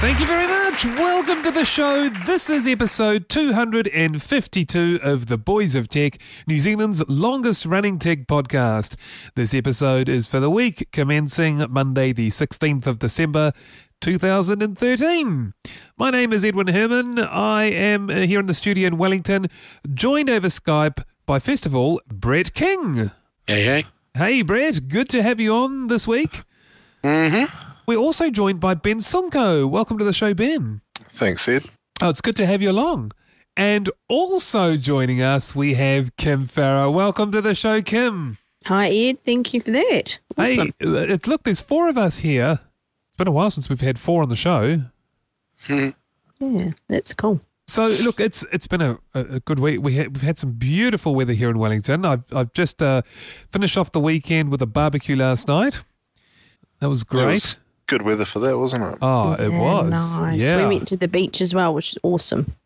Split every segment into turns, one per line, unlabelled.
Thank you very much. Welcome to the show. This is episode 252 of The Boys of Tech, New Zealand's longest running tech podcast. This episode is for the week commencing Monday, the 16th of December. 2013. My name is Edwin Herman. I am uh, here in the studio in Wellington, joined over Skype by, first of all, Brett King.
Hey, hey.
Hey, Brett, good to have you on this week.
Mm-hmm.
We're also joined by Ben Sunko. Welcome to the show, Ben.
Thanks, Ed.
Oh, it's good to have you along. And also joining us, we have Kim Farrow. Welcome to the show, Kim.
Hi, Ed. Thank you for that. Awesome.
Hey, it, look, there's four of us here. It's been a while since we've had four on the show.
Yeah, that's cool.
So look, it's it's been a, a a good week. We had, we've had some beautiful weather here in Wellington. I've I've just uh, finished off the weekend with a barbecue last night. That was
That
great.
was good weather for that, wasn't it?
oh, it
Yeah,
was.
Nice.
Yeah.
We went to the beach as well, which is awesome.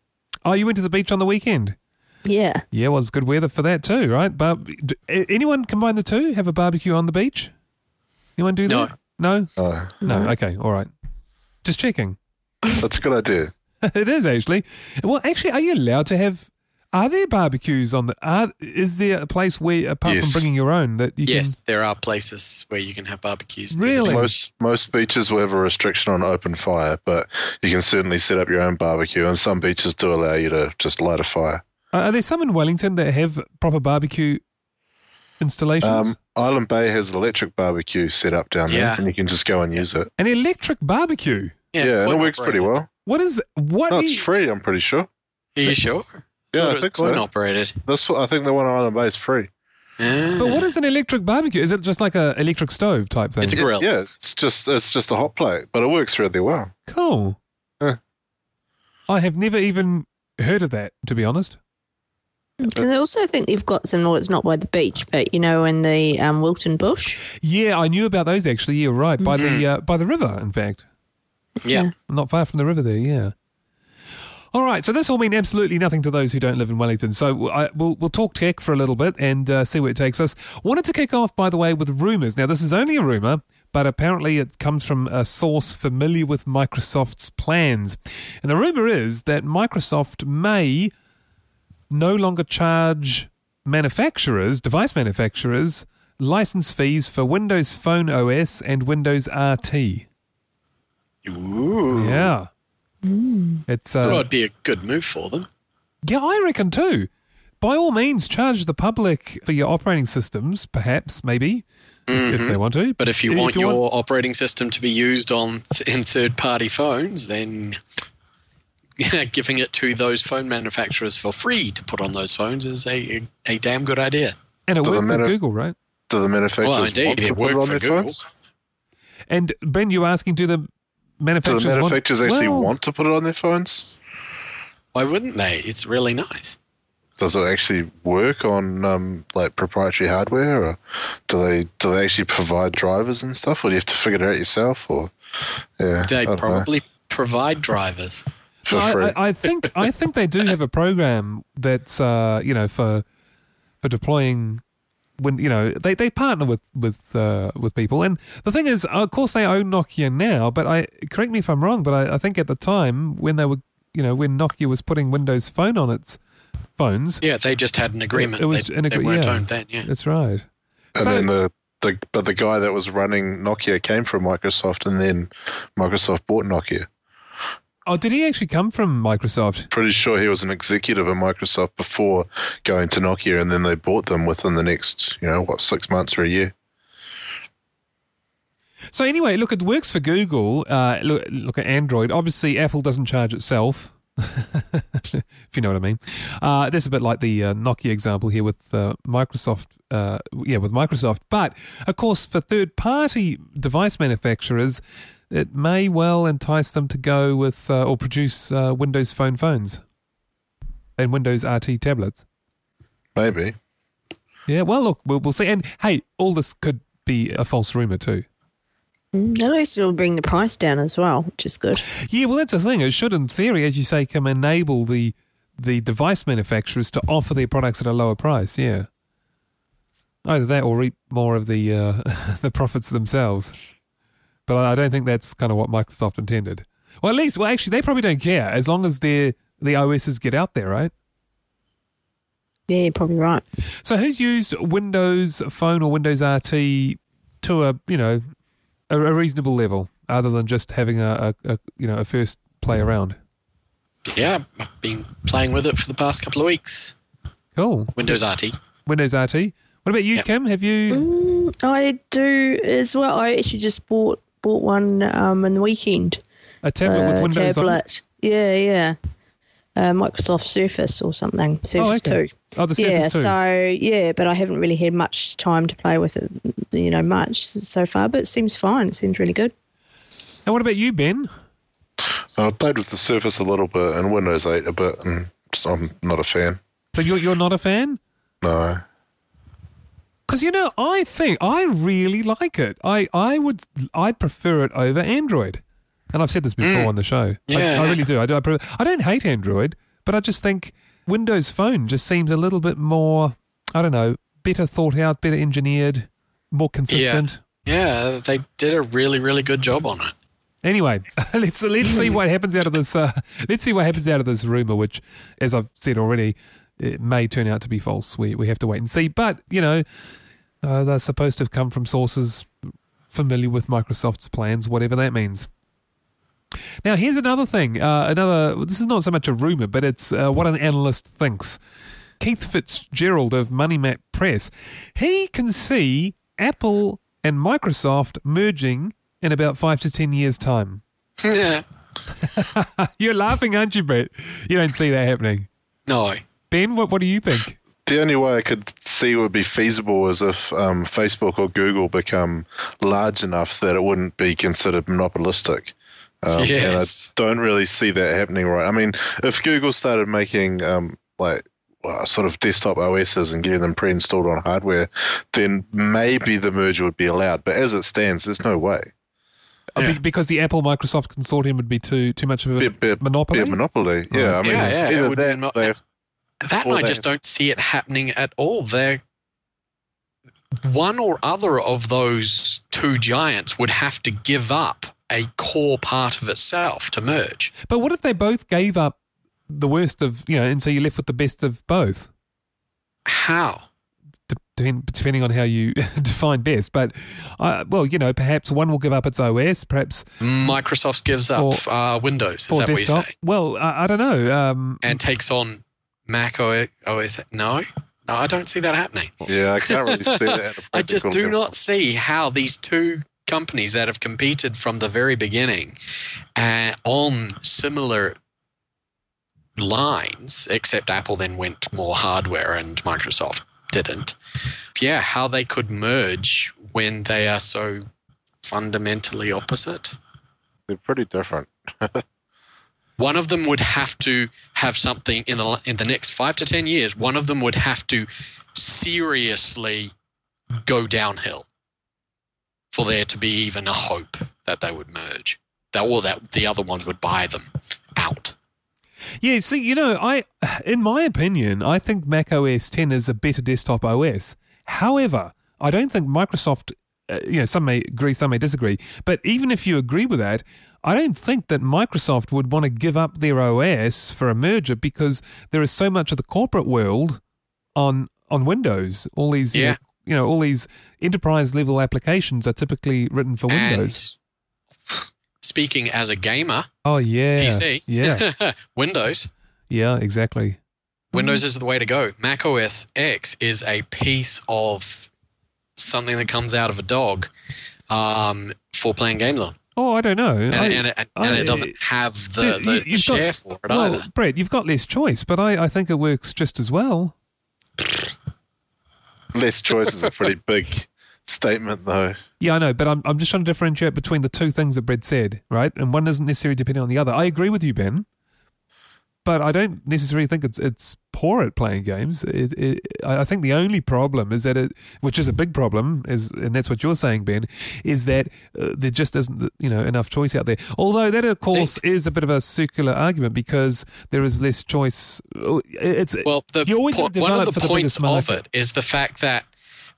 oh, you went to the beach on the weekend.
Yeah.
Yeah, well, it's good weather for that too, right? But d- a- anyone combine the two? Have a barbecue on the beach? Anyone do
No.
that? No.
Oh,
No. Okay. All right. Just checking.
that's a good idea.
it is actually. Well, actually, are you allowed to have? Are there barbecues on the? Are, is there a place where, apart
Yes.
from bringing your own, that you
Yes, there are places where you can have barbecues.
Mm. Really?
Most most beaches will have a restriction on open fire, but you can certainly set up your own barbecue, and some beaches do allow you to just light a fire.
can? Are, are there some in Wellington that have proper barbecue installations?
Um, Island Bay has an electric barbecue set up down there,
Yeah.
and you can just go and use it.
An electric barbecue.
Yeah, and it works pretty well.
What is? What?
No,
do
it's
you-
free, I'm pretty sure.
Are you sure? I
Yeah,
thought
I
it was
think so.
coin operated.
This, one- I think the one on Island Bay is free.
but what is an electric barbecue? Is it just like a electric stove type thing?
Mm-hmm. It's a grill.
Yeah, it's just it's just a hot plate, but it works really well.
Cool.
Uh.
Huh.
I have never even heard of that, to be honest.
And I also think they've got some, well, it's not by the beach, but, you know, in the um, Wilton Bush.
Yeah, I knew about those actually. You're right by the
Mm-hmm.
uh, by the river, in fact,
Ah, Yeah.
not far from the river there. Yeah. All right, so this will mean absolutely nothing to those who don't live in Wellington. So I, we'll we'll talk tech for a little bit and uh, see where it takes us. Wanted to kick off, by the way, with rumours. Now this is only a rumour, but apparently it comes from a source familiar with Microsoft's plans, and the rumour is that Microsoft may no longer charge manufacturers, device manufacturers, license fees for Windows Phone OS and Windows RT.
Ooh.
Yeah. It's uh,
That would be a good move for them.
yeah, I reckon too. By all means, charge the public for your operating systems, perhaps, maybe, if they want to.
But if you want your operating system to be used on th- in third-party phones, then giving it to those phone manufacturers for free to put on those phones is a, a damn good idea.
and it
Doesn't
worked with
matter.
Google, right?
Do the manufacturers
Well,
want
indeed,
to
it
put it
worked
on
for
their
Google.
phones?
And Ben, you were asking, do the
Do
manufacturers
the manufacturers
want,
actually
Well,
want to put it on their phones?
Why wouldn't they? It's really nice.
Does it actually work on um, like proprietary hardware, or do they do they actually provide drivers and stuff, or do you have to figure it out yourself? Or yeah, I
They
don't know.
probably provide drivers.
for
I-
free.
I, I think I think they do have a program that's uh, you know for for deploying when you know they, they partner with with uh, with people and the thing is of course they own Nokia now but I correct me if I'm wrong but I, I think at the time when they were you know when Nokia was putting Windows Phone on its phones
Yeah, they just had an agreement.
it was
they,
an
they
agree-
weren't
yeah.
owned then, yeah.
that's right
and
so-
then the, the but the guy that was running Nokia came from Microsoft, and then Microsoft bought Nokia.
oh did he actually come from Microsoft
Pretty sure he was an executive at Microsoft before going to Nokia, and then they bought them within the next you know what six months or a year.
So anyway, look, it works for Google. Uh, look, look at Android. Obviously, Apple doesn't charge itself. if you know what I mean, uh, that's a bit like the uh, Nokia example here with uh, Microsoft. Uh, yeah, with Microsoft. But of course, for third-party device manufacturers, it may well entice them to go with uh, or produce uh, Windows Phone phones and Windows RT tablets.
Maybe.
Yeah, well, look, we'll, we'll see. And hey, all this could be a false rumor too.
Mm, At least it'll bring the price down as well, which is good.
Yeah, well, that's the thing. It should, in theory, as you say, can enable the the device manufacturers to offer their products at a lower price. Yeah, either that or reap more of the uh, the profits themselves. But I I don't think that's kind of what Microsoft intended. Well, at least, well, actually, they probably don't care as long as their the OSs get out there, right?
Yeah, you're probably right.
So, who's used Windows Phone or Windows RT to a you know a, a reasonable level, other than just having a, a, a you know a first play around?
Yeah, I've been playing with it for the past couple of weeks.
Cool.
Windows RT.
Windows RT. What about you,
Yep.
Kim? Have you?
Mm, I do as well. I actually just bought bought one um, in the weekend.
A tablet with
Uh,
Windows
tablet. Yeah, yeah. Uh, Microsoft Surface or something. Surface
okay.
Two.
on? Oh, the Surface
yeah.
2.
So yeah, but I haven't really had much time to play with it. You know, much so far, but it seems fine. It seems really good.
and what about you, Ben?
Uh, I played with the Surface a little bit and Windows 8 a bit, and just- I'm not a fan.
So you're you're not a fan?
No.
Because you know, I think I really like it. I I would I'd prefer it over Android, and I've said this before on the show.
Mm. Yeah.
I, I really do. I do. I, pre- I don't hate Android, but I just think Windows Phone just seems a little bit more. I don't know, better thought out, better engineered, more consistent.
Yeah, they did a really, really good job on it.
Anyway, let's let's see what happens out of this. Uh, let's see what happens out of this rumor, which, as I've said already, it may turn out to be false. We we have to wait and see. But you know, uh, they're supposed to have come from sources familiar with Microsoft's plans, whatever that means. Now, here's another thing. Uh, another. This is not so much a rumor, but it's uh, what an analyst thinks. Keith Fitzgerald of Money Map Press, he can see Apple and Microsoft merging in about five to ten years' time.
Yeah.
You're laughing, aren't you, Brett? You don't see that happening.
No.
Ben, what, what do you think?
The only way I could see would be feasible is if um, Facebook or Google become large enough that it wouldn't be considered monopolistic. Um,
Yes.
And I don't really see that happening right. I mean, if Google started making um, like well, sort of desktop OSs and getting them pre installed on hardware, then maybe the merger would be allowed. But as it stands, there's no way.
Uh, be-
Yeah.
Because the Apple Microsoft consortium would be too too much of a
Bit- bit-
monopoly.
Yeah, monopoly. Yeah, I mean,
Yeah, yeah, it
either
would be
that
mo-
they
That and
Well,
I
they-
just don't see it happening at all. They're one or other of those two giants would have to give up a core part of itself to merge.
but what if they both gave up the worst of you know, and so you're left with the best of both,
How?
de- depend- depending on how you define best. But uh, well, you know, perhaps one will give up its OS, perhaps
Microsoft gives up
For-
uh, Windows, is
for
that what Eh.
desktop.
you say?
Well, I, I don't know. Um,
And takes on Mac O- OS. No, no, I don't see that happening.
Yeah, I can't really see that. at a
I just
practical
do
level.
not see how these two companies that have competed from the very beginning uh, on similar lines, except Apple then went more hardware and Microsoft didn't. Yeah, how they could merge when they are so fundamentally opposite.
They're pretty different.
One of them would have to have something in the in the next five to ten years. One of them would have to seriously go downhill for there to be even a hope that they would merge. That or that the other one would buy them out.
Yeah, see, you know, I, in my opinion, I think Mac OS 10 is a better desktop OS. However, I don't think Microsoft, uh, you know, some may agree, some may disagree, but even if you agree with that, I don't think that Microsoft would want to give up their OS for a merger because there is so much of the corporate world on on Windows. All these, you know-
Yeah.
you know, all these enterprise level applications are typically written for Windows.
And speaking as a gamer,
oh yeah,
PC,
yeah,
Windows.
yeah, exactly.
Windows is the way to go. Mac OS X is a piece of something that comes out of a dog um, for playing games on.
Oh, I don't know. I-
and, and, it, and
I-
it doesn't have the,
Dude,
the
you- you've got-
share for it
well,
either.
Brett, you've got less choice, but I, I think it works just as well.
less choice is a pretty big statement, though.
Yeah, I know, but I'm, I'm just trying to differentiate between the two things that Brett said, right? And one isn't necessarily dependent on the other. I agree with you, Ben, but I don't necessarily think it's it's poor at playing games. It, it, I I think the only problem is that it, which is a big problem, is and that's what you're saying, Ben, is that uh, there just isn't you know enough choice out there. Although that of course is a bit of a circular argument because there is less choice. Oh, It's
Well, the
you always
po-
have to
one
develop
of the
for the
points
biggest
of
market.
it is the fact that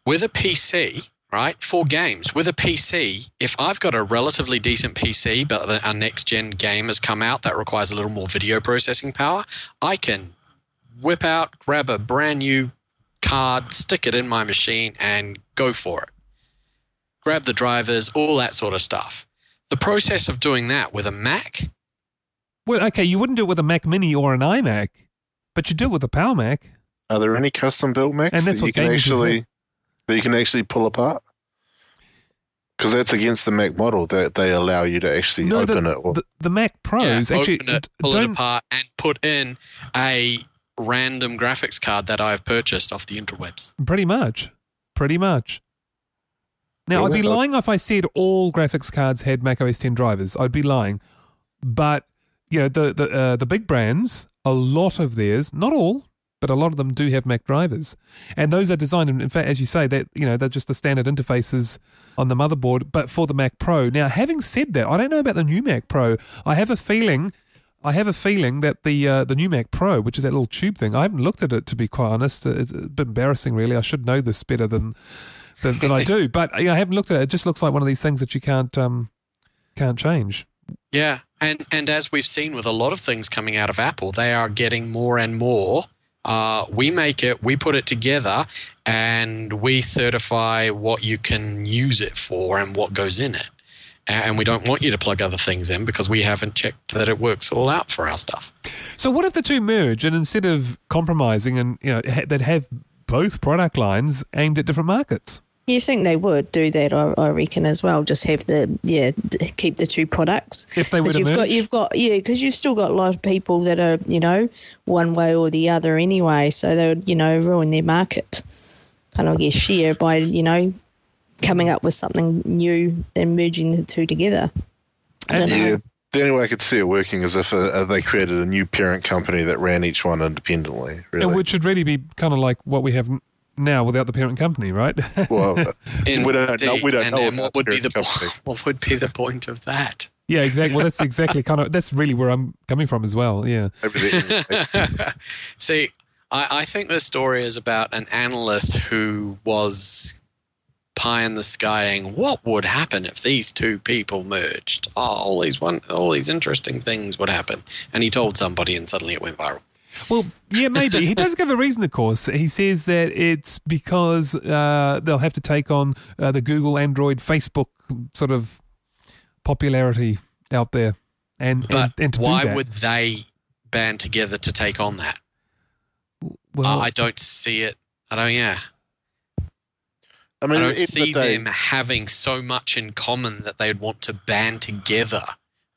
with a PC, right, for games, with a PC, if I've got a relatively decent PC, but the, a next gen game has come out that requires a little more video processing power, I can whip out, grab a brand new card, stick it in my machine, and go for it. Grab the drivers, all that sort of stuff. The process of doing that with a Mac,
Well, okay, you wouldn't do it with a Mac Mini or an iMac, but you do it with a Power Mac.
Are there any custom built Macs
And that's
that
what
you can
games are for.
actually that you can actually pull apart? Because that's against the Mac model that they allow you to actually open
the,
it. Or,
the, the Mac Pros
yeah,
actually
open it,
d-
pull it
don't.
apart, and put in a random graphics card that I've purchased off the interwebs.
Pretty much. Pretty much. Now, I'd be
Really?
lying if I said all graphics cards had Mac OS 10 drivers. I'd be lying. But, you know, the, the, uh, the big brands, a lot of theirs, not all, but a lot of them do have Mac drivers. And those are designed, in in fact, as you say, that, you know, they're just the standard interfaces on the motherboard, but for the Mac Pro. Now, having said that, I don't know about the new Mac Pro. I have a feeling I have a feeling that the uh, the new Mac Pro, which is that little tube thing, I haven't looked at it to be quite honest. Uh, It's a bit embarrassing, really. I should know this better than than, than I do, but you know, I haven't looked at it. It just looks like one of these things that you can't um, can't change.
Yeah, and and as we've seen with a lot of things coming out of Apple, they are getting more and more. Uh, we make it, we put it together, and we certify what you can use it for and what goes in it. A- And we don't want you to plug other things in because we haven't checked that it works all out for our stuff.
So, what if the two merge and instead of compromising, and you know, ha- they'd have both product lines aimed at different markets?
You think they would do that? I, I reckon as well. Just have the yeah, d- keep the two products.
If they were
'Cause
to
you've
merge?
got you've got yeah, because you've still got a lot of people that are you know one way or the other anyway. So they would you know ruin their market, kind of I guess share by you know coming up with something new and merging the two together. I don't know.
yeah, the only way I could see it working is if uh, uh, they created a new parent company that ran each one independently. Really,
And which should really be kind of like what we have n- now without the parent company, right?
well, uh, we don't know.
Indeed.
We don't
and,
know
and what
about
would be
parent
the
company.
po- what would be the point of that?
yeah, exactly. Well, that's exactly kind of that's really where I'm coming from as well. Yeah.
Maybe they-
See, I, I think this story is about an analyst who was pie in the skying what would happen if these two people merged. Oh, all these one, all these interesting things would happen, and he told somebody, and suddenly it went viral.
Well, yeah, maybe. He does give a reason, of course. He says that it's because uh, they'll have to take on uh, the Google, Android, Facebook sort of popularity out there. And,
But
and, and to do
why
that-
would they band together to take on that?
Well,
I, I don't see it. I don't. Yeah,
I
I
mean, at
don't
the end of the
see
day-
them having so much in common that they'd want to band together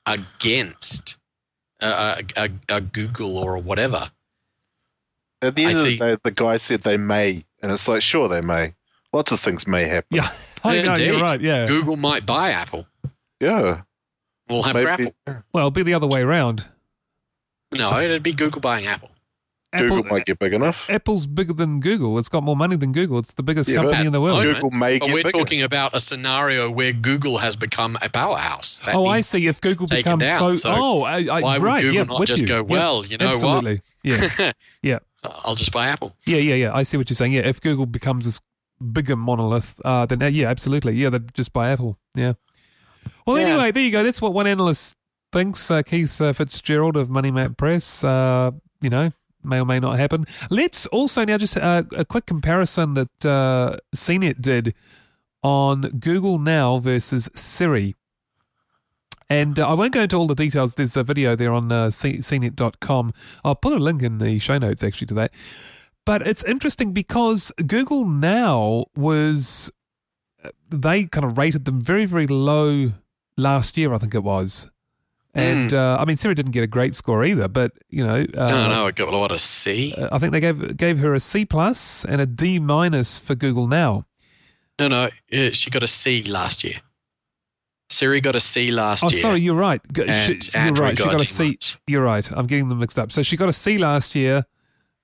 against a, a, a, a Google or a whatever.
At the end
I
of the
see.
day, the guy said they may, and it's like, sure, they may. Lots of things may happen.
yeah, I know, oh, you're
Indeed.
right. Yeah.
Google might buy Apple.
Yeah,
We'll have
maybe-
Apple.
Well, it'd be the other way around.
No, it'd be Google buying Apple.
Google
Apple,
might get big enough.
Apple's bigger than Google. It's got more money than Google. It's the biggest
Yeah, but-
company in the world.
Moment,
Google may
But
get
we're
bigger.
talking about a scenario where Google has become a powerhouse. That
Oh, I
means-
see. If Google
taken
becomes so,
down, so
oh, I, I,
why would
right,
Google
yeah,
not
with
just
you.
go,
Yeah,
well, you know what?
absolutely. Yeah, yeah.
I'll just buy Apple.
Yeah, yeah, yeah. I see what you're saying. Yeah, if Google becomes this bigger monolith, uh, then uh, yeah, absolutely. Yeah, they'd just buy Apple. Yeah. Well,
Yeah.
anyway, there you go. That's what one analyst thinks. Uh, Keith uh, Fitzgerald of Money Map Press. Uh, you know, may or may not happen. Let's also now just uh, a quick comparison that uh, CNET did on Google Now versus Siri. And uh, I won't go into all the details. There's a video there on uh, C- cnet.com. I'll put a link in the show notes actually to that. But it's interesting because Google Now was, uh, they kind of rated them very, very low last year, I think it was. And uh, I mean, Siri didn't get a great score either, but you know, uh,
Hmm. no, no, I got a lot of C.
uh, I think they gave gave her a C plus and a D minus for Google Now.
No, no, uh, she got a C last year. Siri got a C last
Oh,
year.
sorry, you're right. G-
and
she- you're
Andrew
right. She got a
D
C.
minus.
You're right. I'm getting them mixed up. So she got a C last year,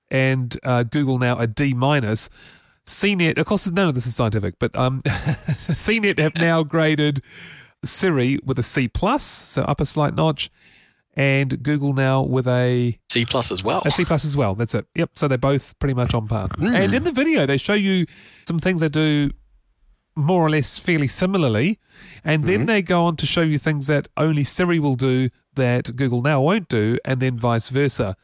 and uh, Google now a D minus. CNET, of course, none of this is scientific, but um, CNET have now graded Siri with a C plus, so up a slight notch, and Google now with a
C plus as well.
a C plus as well. That's it. Yep. So they're both pretty much on par.
Hmm.
And in the video, they show you some things they do more or less fairly similarly, and then they go on to show you things that only Siri will do that Google Now won't do, and then vice versa.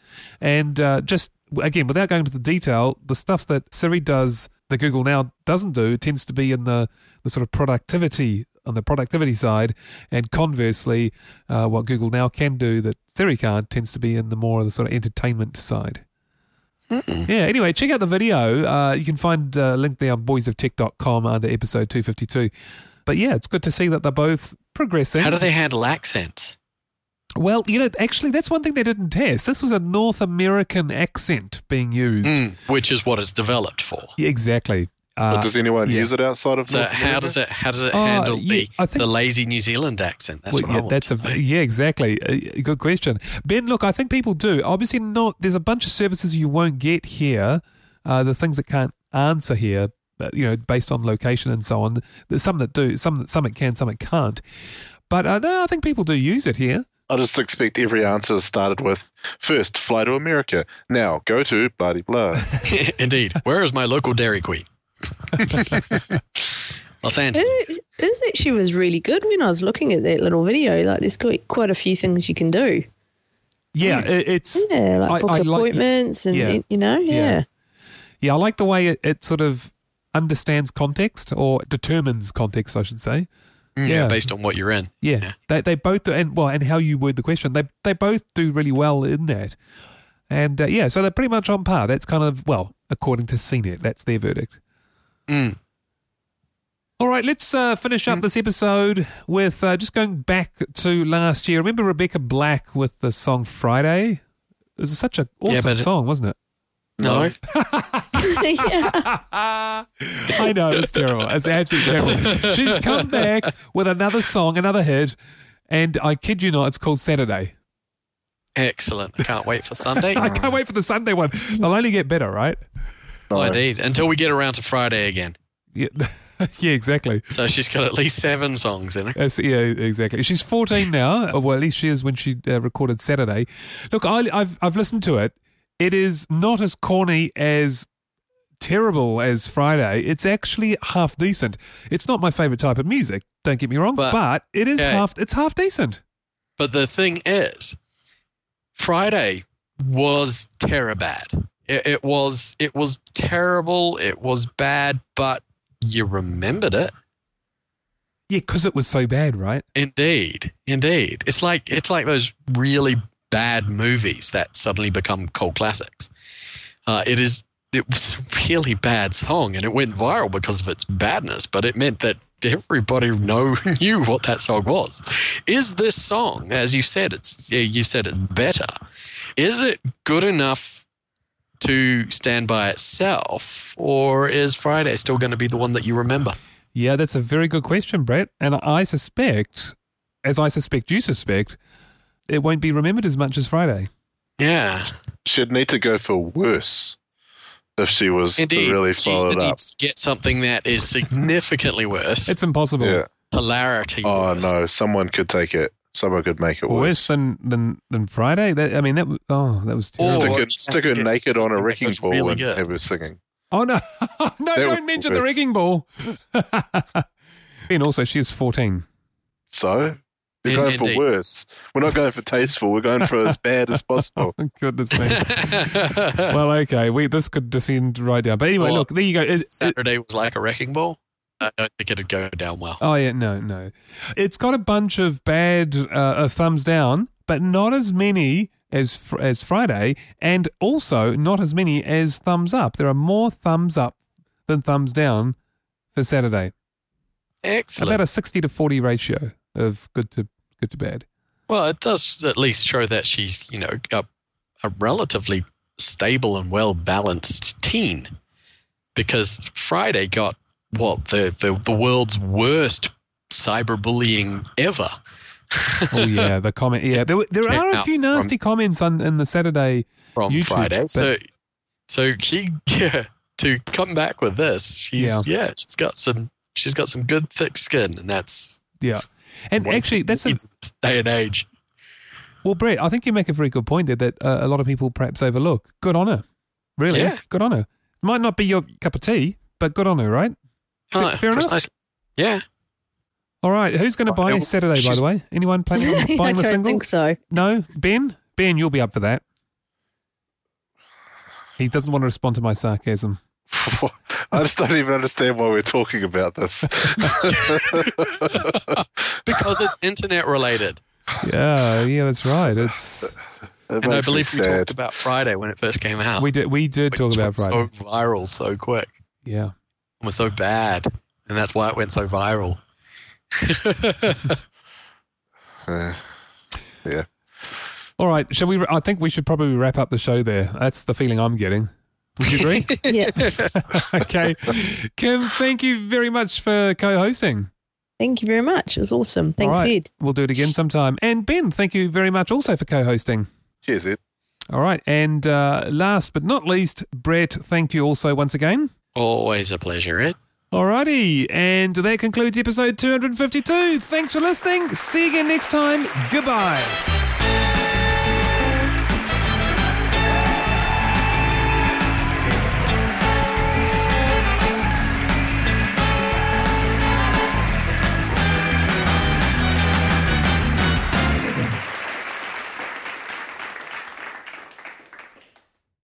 And uh, just again, without going into the detail, the stuff that Siri does that Google Now doesn't do tends to be in the the sort of productivity on the productivity side, and conversely, uh, what Google Now can do that Siri can't tends to be in the more of the sort of entertainment side. Yeah, anyway, check out the video. Uh, you can find a uh, link there on boysoftech.com under episode 252. But yeah, it's good to see that they're both progressing.
How do they handle accents?
well, you know, actually, that's one thing they didn't test. This was a North American accent being used.
Mm, which is what it's developed for.
Yeah, exactly.
But
Uh,
does anyone
yeah.
use it outside of
So
North
how
America?
does it how does it
Uh,
handle
yeah,
the
I think-
the lazy New Zealand accent? That's
Well,
what I
yeah,
want.
that's
to
a
know.
yeah, exactly. A- a good question, Ben. Look, I think people do. Obviously, not. There's a bunch of services you won't get here. Uh, the things that can't answer here, uh, you know, based on location and so on. There's some that do. Some that some it can, some it can't. But uh, no, I think people do use it here.
I just expect every answer started with first, fly to America. Now, go to blah de blah.
Indeed. Where is my local Dairy Queen? Los Angeles.
It, it actually was really good when I was looking at that little video. Like, there's quite, quite a few things you can do.
Yeah,
Hmm.
it, it's
Yeah, like
I-
book
I like-
appointments and,
yeah.
you know, yeah.
Yeah. yeah. I like the way it, it sort of understands context or determines context, I should say.
Mm,
yeah.
based on what you're in.
Yeah,
Yeah.
They, they both do, and well, and how you word the question, they they both do really well in that, and uh, yeah, so they're pretty much on par. That's kind of well, according to CNET, that's their verdict.
Mm.
All right, let's uh, finish up this episode with uh, just going back to last year. Remember Rebecca Black with the song Friday? It was such an
Yeah,
awesome
but it-
song, wasn't it?
No.
yeah.
I know it's terrible. It's absolutely terrible. She's come back with another song, another hit, and I kid you not, it's called Saturday.
Excellent. I can't wait for Sunday.
I can't wait for the Sunday one. They'll only get better, right?
Oh, Indeed. Until we get around to Friday again.
Yeah, yeah exactly.
So she's got at least seven songs in her.
That's- yeah, exactly. She's 14 now. or, Well, at least she is when she uh, recorded Saturday. Look, I, I've I've listened to it. It is not as corny as terrible as Friday. It's actually half decent. It's not my favorite type of music. Don't get me wrong, but,
But-
it is
yeah.
half. It's half decent.
But the thing is, Friday was terror bad. It, it was it was terrible. It was bad, but you remembered it.
Yeah, because it was so bad, right?
Indeed, indeed. It's like it's like those really bad movies that suddenly become cult classics. Uh, it is it was a really bad song, and it went viral because of its badness. But it meant that everybody know knew what that song was. Is this song, as you said, it's yeah, you said it's better. Is it good enough? To stand by itself, or is Friday still going to be the one that you remember?
Yeah, that's a very good question, Brett. And I suspect, as I suspect you suspect, it won't be remembered as much as Friday.
Yeah,
She'd need to go for worse if she was
Indeed,
to really
she
follow it up.
needs to get something that is significantly worse.
It's impossible.
Yeah.
hilarity.
Oh
worse.
no, someone could take it. Someone could make it
Worse
worse.
than than than Friday. That, I mean, that was, oh, that was terrible.
Stick
Or
it,
just
stick
to
it
get
naked on
something
a
that
wrecking
goes
ball
really
and
good.
have her singing.
Oh no, no!
was
Don't mention the
worse.
wrecking ball. and also, she is fourteen.
So we're
In-
going
indeed.
for worse. We're not going for tasteful. We're going for as bad as possible.
Goodness me. well, okay, we this could descend right down. But anyway,
Well,
look, there you go. It- it-
Saturday was like a wrecking ball. I don't think it'd go down well.
Uh,
Oh yeah, no, no. It's got a bunch of bad uh, uh, thumbs down, but not as many as fr- as Friday, and also not as many as thumbs up. There are more thumbs up than thumbs down for Saturday. About
Excellent.
a sixty to forty ratio of good to good to bad.
well, it does at least show that she's you know a, a relatively stable and well balanced teen, because Friday got what the the, the world's worst cyberbullying ever.
Oh yeah, the comment. Yeah, there, were- there
Check
are a
out
few
from-
nasty comments on in the Saturday.
from
YouTube,
Friday.
but-
So, so she yeah to come back with this. She's
Yeah.
yeah. she's got some she's got some good thick skin, and that's
Yeah, and
one
actually, that's a,
needs in this day and age.
well, Brett. I think you make a very good point there that uh, a lot of people perhaps overlook. Good on her, really.
Yeah.
Good on her. Might not be your cup of tea, but good on her, right?
Huh,
fair enough.
precisely. Yeah,
All right, who's going to buy
Well,
Saturday? By
Oh, she's-
the way, anyone planning
I
on buying the
don't
single?
think so.
No, Ben. Ben, you'll be up for that. He doesn't want to respond to my sarcasm.
I just don't even understand why we're talking about this.
because it's internet related,
Yeah, yeah, that's right. It's
It
and I
makes me
believe we talked
sad.
about Friday when it first came out.
we did we did
which
talk about
went
Friday.
so viral so quick
Yeah.
and was so bad, and that's why it went so viral.
Yeah.
All right, shall we? I think we should probably wrap up the show there. That's the feeling I'm getting. Would you agree?
Yeah.
okay, Kim, thank you very much for co-hosting.
Thank you very much. It was awesome.
All
Thanks,
right,
Ed.
We'll do it again sometime. And Ben, thank you very much also for co-hosting.
Cheers, Ed.
All right, and uh, last but not least, Brett, thank you also once again.
Always a pleasure, Ed.
Alrighty, and that concludes episode 252. Thanks for listening. See you again next time. Goodbye.